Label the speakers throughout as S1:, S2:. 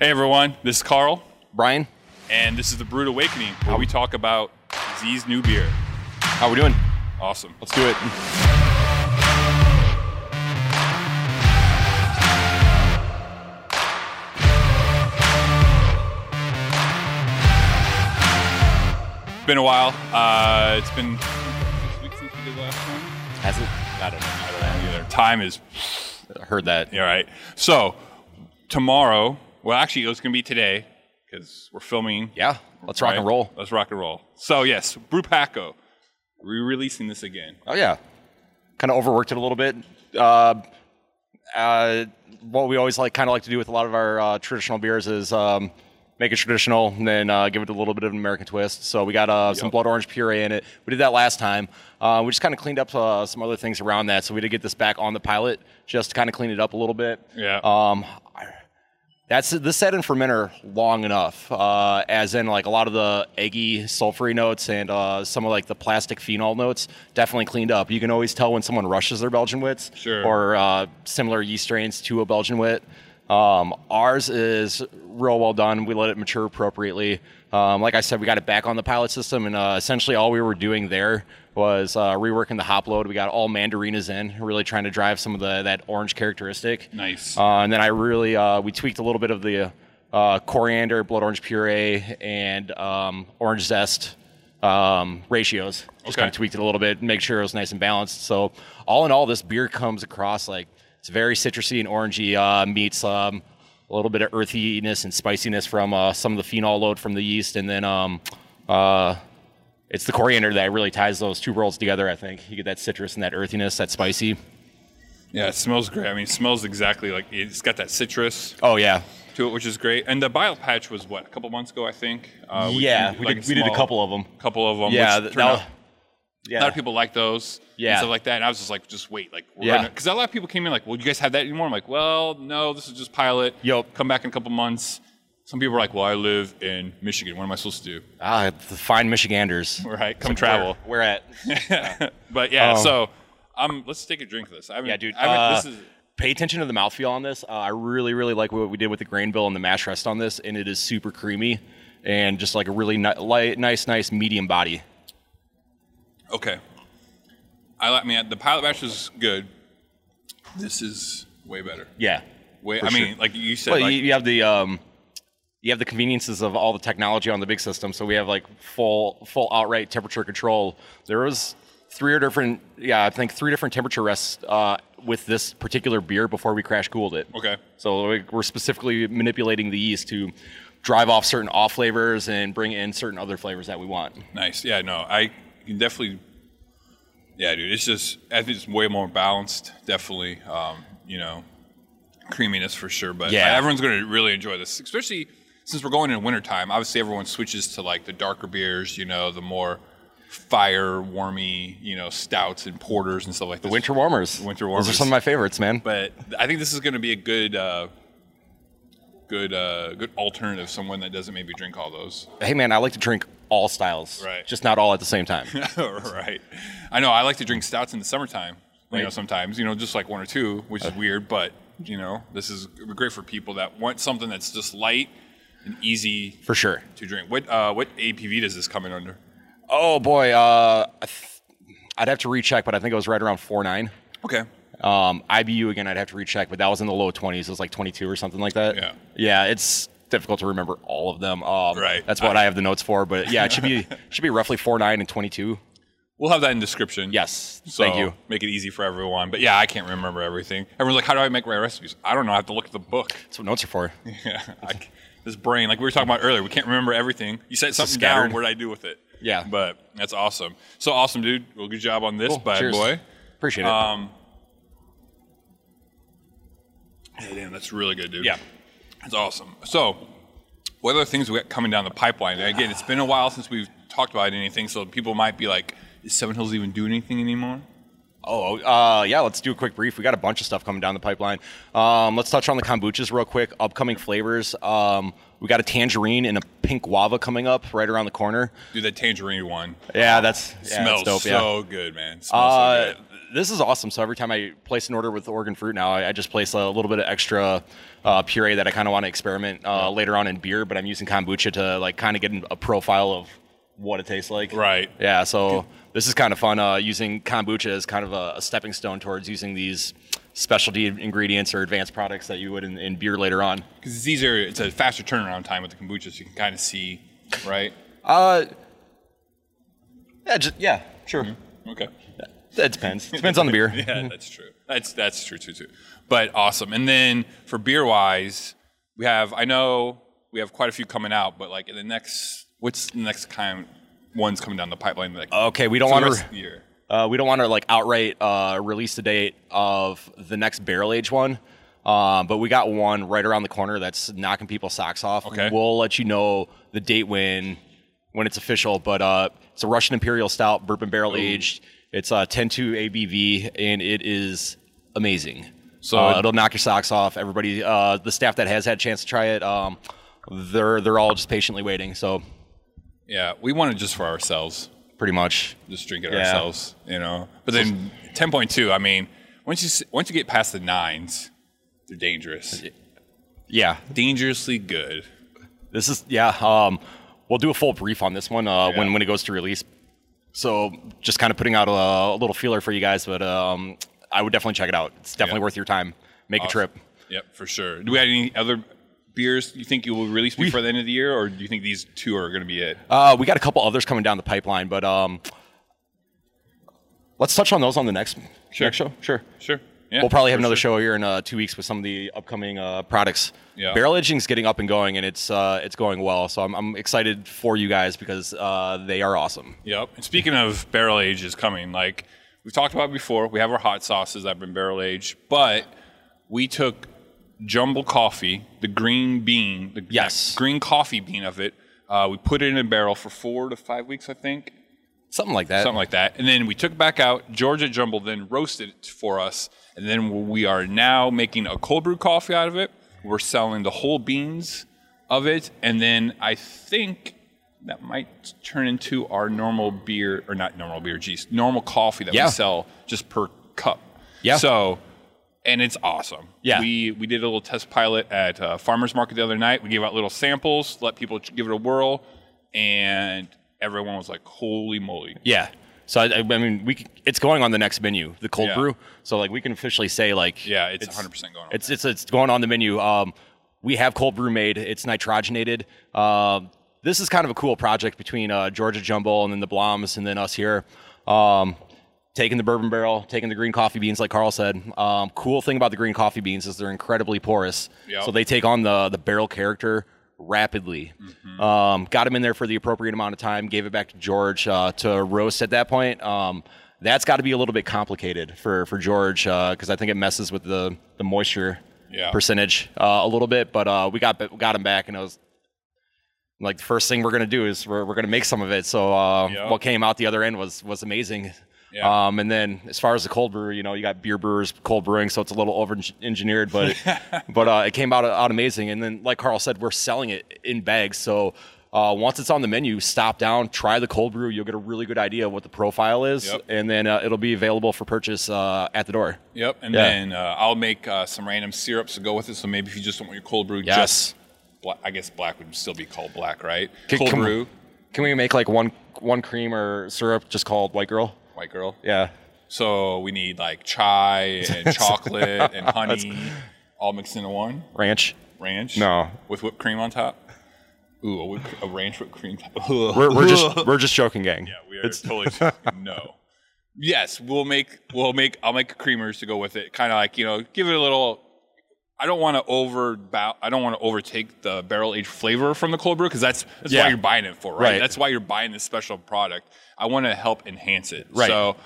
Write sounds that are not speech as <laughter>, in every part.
S1: Hey everyone, this is Carl,
S2: Brian,
S1: and this is the Brewed Awakening, where we talk about Z's new beer.
S2: how we doing?
S1: Awesome.
S2: Let's do it.
S1: It's been a while. Uh, it's been six weeks since we did the last one.
S2: Has it? I don't know. I
S1: Yeah, their Time is
S2: don't know. I heard that.
S1: all right. So tomorrow, well, actually, it's going to be today because we're filming.
S2: Yeah. Let's rock and
S1: right?
S2: roll.
S1: Let's rock and roll. So yes, Brewpaco, we're releasing this again.
S2: Oh yeah. Kind of overworked it a little bit. Uh, uh, what we always like, kind of like to do with a lot of our uh, traditional beers is um, make it traditional and then uh, give it a little bit of an American twist. So we got uh, some blood orange puree in it. We did that last time. Uh, we just kind of cleaned up uh, some other things around that. So we did get this back on the pilot just to kind of clean it up a little bit.
S1: Yeah.
S2: Um, I- that's this set in fermenter long enough, uh, as in like a lot of the eggy sulfury notes and uh, some of like the plastic phenol notes definitely cleaned up. You can always tell when someone rushes their Belgian wits
S1: Sure.
S2: or uh, similar yeast strains to a Belgian wit. Um, ours is real well done. We let it mature appropriately. Um, like I said, we got it back on the pilot system, and uh, essentially all we were doing there was uh, reworking the hop load. We got all mandarinas in, really trying to drive some of the that orange characteristic.
S1: Nice.
S2: Uh, and then I really uh, we tweaked a little bit of the uh, coriander, blood orange puree, and um, orange zest um, ratios. Just
S1: Okay.
S2: kind of tweaked it a little bit, make sure it was nice and balanced. So all in all, this beer comes across like it's very citrusy and orangey. Uh, meets um, a little bit of earthiness and spiciness from uh, some of the phenol load from the yeast, and then um, uh, it's the coriander that really ties those two worlds together. I think you get that citrus and that earthiness, that spicy.
S1: yeah, it smells great. I mean, it smells exactly like it's got that citrus
S2: Oh yeah,
S1: to it, which is great. And the bile patch was what a couple months ago, I think. Uh,
S2: yeah. We
S1: like
S2: did, we did a
S1: small-
S2: couple of them.
S1: couple of them.
S2: Yeah,
S1: which
S2: th-
S1: turned
S2: that
S1: out-
S2: was- yeah.
S1: a lot of people like those.
S2: Yeah.
S1: and stuff like that. And I was just like, just wait, like, we're
S2: Yeah.
S1: yeah, because a lot of people came in like, well, you guys have that anymore? I'm like, well, no, this is just pilot.
S2: Yup.
S1: Come back in a couple months. Some people were like, well, I live in Michigan. What am I supposed
S2: <laughs>
S1: to do?
S2: ah, the fine Michiganders.
S1: Right, come travel.
S2: We're, we're
S1: <laughs>
S2: at
S1: But yeah,
S2: Um,
S1: so um, let's take a drink of this. I haven't-
S2: yeah, dude.
S1: I haven't-
S2: uh,
S1: this is
S2: Pay attention to the mouthfeel on this. Uh, I really, really like what we did with the grain bill and the mash rest on this, and it is super creamy and just like a really ni- light, nice, nice medium body.
S1: okay. I like. I mean, the pilot batch is good. This is way better.
S2: Yeah.
S1: Way.
S2: For
S1: I mean,
S2: sure.
S1: like you said,
S2: Well,
S1: like,
S2: you, you have the um, you have the conveniences of all the technology on the big system. So we have like full full outright temperature control. There was three or different, yeah, I think three different temperature rests uh, with this particular beer before we crash cooled it.
S1: okay.
S2: So we- we're specifically manipulating the yeast to drive off certain off flavors and bring in certain other flavors that we want.
S1: Nice. Yeah, no, I can definitely. Yeah, dude, it's just I think it's way more balanced. Definitely, um, you know, creaminess for sure. But
S2: Yeah.
S1: everyone's going to really enjoy this, especially since we're going in wintertime. Obviously, everyone switches to like the darker beers, you know, the more fire warmy, you know, stouts and porters and stuff like that.
S2: Winter warmers.
S1: Winter
S2: Those
S1: warmers.
S2: are some of my favorites, man.
S1: But I think this is going to be a good. Uh, Good, uh, good alternative. Someone that doesn't maybe drink all those.
S2: hey, man, I like to drink all styles,
S1: Right.
S2: just not all at the
S1: <laughs>
S2: same time.
S1: right. I know. I like to drink stouts in the summertime. You know,
S2: Right. Uh.
S1: sometimes you know, just like one or two, which is weird, but you know, this is great for people that want something that's just light and easy
S2: For sure.
S1: to drink. What uh, what APV does this come in under?
S2: Oh boy, uh, I th- I'd have to recheck, but I think it was right around four nine.
S1: Okay.
S2: Um, IBU again, I'd have to recheck, but that was in the low twenties. It was like twenty two or something like that.
S1: Yeah.
S2: yeah, it's difficult to remember all of them. Um,
S1: Right.
S2: that's what I, have the notes for, but yeah, it
S1: <laughs>
S2: should be should be roughly four nine and twenty two.
S1: We'll have that in description.
S2: Yes,
S1: So
S2: thank you.
S1: Make it easy for everyone. But yeah, I can't remember everything. Everyone's like, "How do I make my recipes?" I don't know. I have to look at the book.
S2: That's what notes are for.
S1: <laughs> Yeah. I c this brain, like we were talking about earlier, we can't remember everything. You said something down.
S2: scattered.
S1: What did I do with it?
S2: Yeah.
S1: But that's awesome. So awesome, dude. Well, good job on this,
S2: Cool.
S1: bad
S2: Cheers.
S1: boy.
S2: Appreciate it.
S1: Yeah, damn, that's really good, dude.
S2: Yeah.
S1: That's awesome. So, what other things we got coming down the pipeline? And again, it's been a while since we've talked about anything, so people might be like, is Seven Hills even doing anything anymore?
S2: Oh, uh, yeah, let's do a quick brief. We got a bunch of stuff coming down the pipeline. Um, let's touch on the kombuchas real quick. Upcoming flavors. Um, we got a tangerine and a pink guava coming up right around the corner.
S1: Dude, that tangerine one
S2: Yeah, that's yeah, that's
S1: smells
S2: dope. yeah.
S1: so good, man. Smells so
S2: Uh,
S1: good.
S2: this is awesome. So every time I place an order with Oregon Fruit now, I, I just place a little bit of extra uh, puree that I kind of want to experiment uh, later on in beer. But I'm using kombucha to like kind of get a profile of what it tastes like.
S1: Right.
S2: Yeah. So this is kind of fun. Uh, using kombucha as kind of a, a stepping stone towards using these specialty ingredients or advanced products that you would in, in beer later on.
S1: Because it's easier. It's a faster turnaround time with the kombucha, so you can kind of see, right?
S2: Uh, yeah, ju- yeah, sure.
S1: Okay.
S2: That depends. Depends on the beer.
S1: Mm-hmm. <laughs> Yeah, that's true. That's that's true too too. But awesome. And then for beer wise, we have I know we have quite a few coming out, but like in the next what's the next kind ones coming down the pipeline like
S2: Okay, we don't
S1: for the
S2: want
S1: rest
S2: to.
S1: of the year.
S2: Uh, we don't want to like outright uh, release the date of the next barrel age one, um, but we got one right around the corner that's knocking people's socks off.
S1: Okay.
S2: We'll let you know the date when when it's official, but uh, it's a Russian Imperial Stout, bourbon barrel aged. It's uh, 10.2 ABV, and it is amazing.
S1: So-
S2: Uh, it'll knock your socks off. Everybody, uh, the staff that has had a chance to try it, um, they're they're all just patiently waiting. So
S1: Yeah, we want it just for ourselves.
S2: pretty much,
S1: Just drink it
S2: Yeah.
S1: ourselves, you know. But then ten point two. I mean, once you s- once you get past the nines, they're dangerous.
S2: yeah.
S1: Dangerously good.
S2: This is yeah. Um, we'll do a full brief on this one uh, when
S1: Yeah.
S2: when it goes to release. So just kind of putting out a, a little feeler for you guys, but um, I would definitely check it out. It's definitely
S1: Yeah.
S2: worth your time. Make a trip.
S1: Yep, for sure. Do we have any other beers you think you will release before the end of the year, or do you think these two are going to be it?
S2: Uh, we got a couple others coming down the pipeline, but um, let's touch on those on the next
S1: Sure.
S2: next show. Sure.
S1: Sure. Yeah,
S2: We'll probably have
S1: for
S2: another
S1: sure.
S2: show here in uh, two weeks with some of the upcoming uh, products.
S1: Yeah.
S2: Barrel aging is getting up and going, and it's uh, it's going well. So I'm, I'm excited for you guys because uh, they are awesome.
S1: Yep. And speaking of barrel age is coming, like we've talked about before, we have our hot sauces that have been barrel aged, but we took jumble coffee, the green bean, the
S2: Yes.
S1: that green coffee bean of it. Uh, we put it in a barrel for four to five weeks, I think,
S2: Something like that.
S1: something like that. And then we took it back out. Georgia Jumble then roasted it for us. And then we are now making a cold brew coffee out of it. We're selling the whole beans of it. And then I think that might turn into our normal beer, or not normal beer, geez, normal coffee that
S2: Yeah.
S1: we sell just per cup.
S2: Yeah.
S1: So, and it's awesome.
S2: Yeah.
S1: We, we did a little test pilot at uh, Farmer's Market the other night. We gave out little samples, let people ch- give it a whirl. And everyone was like, holy moly.
S2: Yeah. So I, I mean, we c- it's going on the next menu, the cold
S1: Yeah.
S2: brew. So like we can officially say like
S1: Yeah, it's 100% going on.
S2: it's it's it's going on the menu. Um, we have cold brew made. It's nitrogenated. Um, this is kind of a cool project between uh, Georgia Jumble and then the Bloms and then us here. Um, taking the bourbon barrel, taking the green coffee beans, like Carl said. Um, cool thing about the green coffee beans is they're incredibly porous,
S1: Yep.
S2: so they take on the the barrel character rapidly.
S1: Mm-hmm.
S2: Um, got him in there for the appropriate amount of time. Gave it back to George uh, to roast at that point. Um, that's got to be a little bit complicated for for George because I think it messes with the the moisture
S1: Yeah.
S2: percentage uh, a little bit. But uh, we got we got him back, and it was like the first thing we're gonna do is we're, we're gonna make some of it. So uh,
S1: Yeah.
S2: what came out the other end was was amazing.
S1: Yeah.
S2: Um, and then as far as the cold brew, you know, you got beer brewers cold brewing, so it's a little over engineered, but
S1: <laughs>
S2: but uh, it came out out amazing. And then like Carl said, we're selling it in bags, so. Uh, once it's on the menu, stop down, try the cold brew. You'll get a really good idea of what the profile is,
S1: Yep.
S2: and then uh, it'll be available for purchase uh, at the door.
S1: Yep, and
S2: Yeah.
S1: then uh, I'll make uh, some random syrups to go with it. So maybe if you just don't want your cold brew,
S2: Yes.
S1: just bla- I guess black would still be called black, right?
S2: Can-
S1: cold
S2: can-
S1: brew,
S2: Can we make like one one cream or syrup just called White Girl?
S1: white girl.
S2: Yeah.
S1: So we need like
S2: <laughs>
S1: chai and chocolate and honey, all mixed into one
S2: Ranch.
S1: ranch.
S2: No.
S1: with whipped cream on top. Ooh, a, whipped, a ranch whipped cream.
S2: We're,
S1: <laughs>
S2: we're just we're just joking, gang.
S1: Yeah, we are
S2: <laughs>
S1: totally no. Yes, we'll make we'll make I'll make creamers to go with it. Kind of like you know, give it a little. I don't want to over I don't want to overtake the barrel aged flavor from the cold brew because that's that's
S2: Yeah.
S1: why you're buying it for, right?
S2: Right.
S1: That's why you're buying this special product. I want to help enhance it.
S2: Right.
S1: So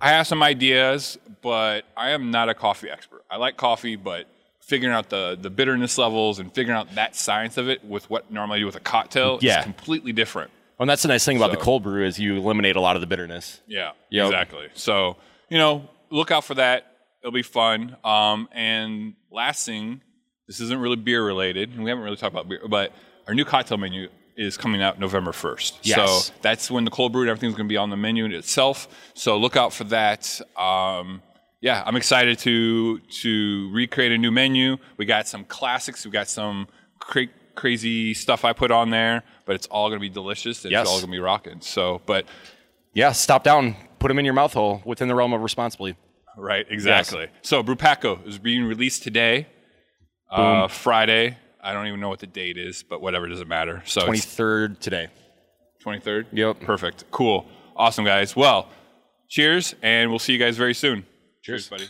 S1: I have some ideas, but I am not a coffee expert. I like coffee, but figuring out the the bitterness levels and figuring out that science of it with what normally I do with a cocktail
S2: Yeah.
S1: is completely different.
S2: Well, and that's the nice thing about the
S1: So-
S2: cold brew is you eliminate a lot of the bitterness.
S1: Yeah,
S2: Yep.
S1: exactly. So, you know, look out for that. It'll be fun. Um, and last thing, this isn't really beer related, and we haven't really talked about beer, but our new cocktail menu is coming out November 1st.
S2: Yes.
S1: So that's when the cold brew and everything's going to be on the menu itself. So look out for that. Um, yeah, I'm excited to to recreate a new menu. We got some classics. We got some cra- crazy stuff I put on there, but it's all going to be delicious. and
S2: Yes.
S1: It's all going to be rocking. So, but
S2: Yeah, stop down, put them in your mouth hole within the realm of responsibly.
S1: Right, exactly. So Brupaco is being released today, uh, Friday. I don't even know what the date is, but whatever, it doesn't matter. So
S2: Twenty
S1: it's
S2: third today.
S1: 23rd?
S2: Yep.
S1: Perfect. Cool. Awesome, guys. Well, cheers, and we'll see you guys very soon.
S2: Cheers.
S1: buddy.